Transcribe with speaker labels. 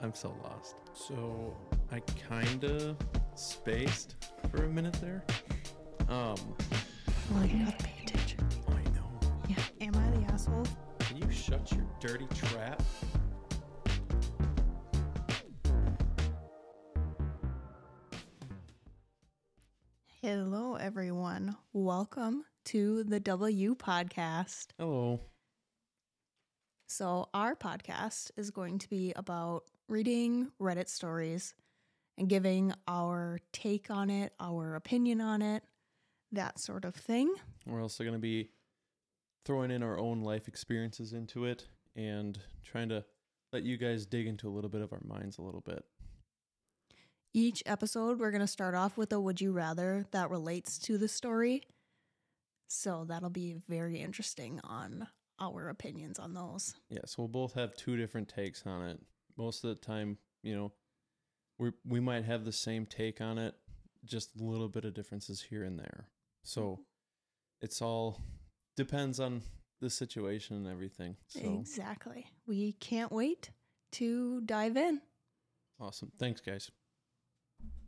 Speaker 1: I'm so lost. So I kinda spaced for a minute there. Um,
Speaker 2: Well, you gotta pay attention.
Speaker 1: I know.
Speaker 2: Yeah. Am I the asshole?
Speaker 1: Can you shut your dirty trap?
Speaker 2: Hello, everyone. Welcome to the W podcast.
Speaker 1: Hello.
Speaker 2: So, our podcast is going to be about reading Reddit stories and giving our take on it, our opinion on it, that sort of thing.
Speaker 1: We're also gonna be throwing in our own life experiences into it and trying to let you guys dig into a little bit of our minds a little bit.
Speaker 2: Each episode, we're going to start off with a would you rather that relates to the story. So, that'll be very interesting on our opinions on those.
Speaker 1: Yeah, so we'll both have two different takes on it. Most of the time, you know, we we might have the same take on it, just a little bit of differences here and there. So it's all depends on the situation and everything. So
Speaker 2: Exactly. We can't wait to dive in.
Speaker 1: awesome. Thanks guys.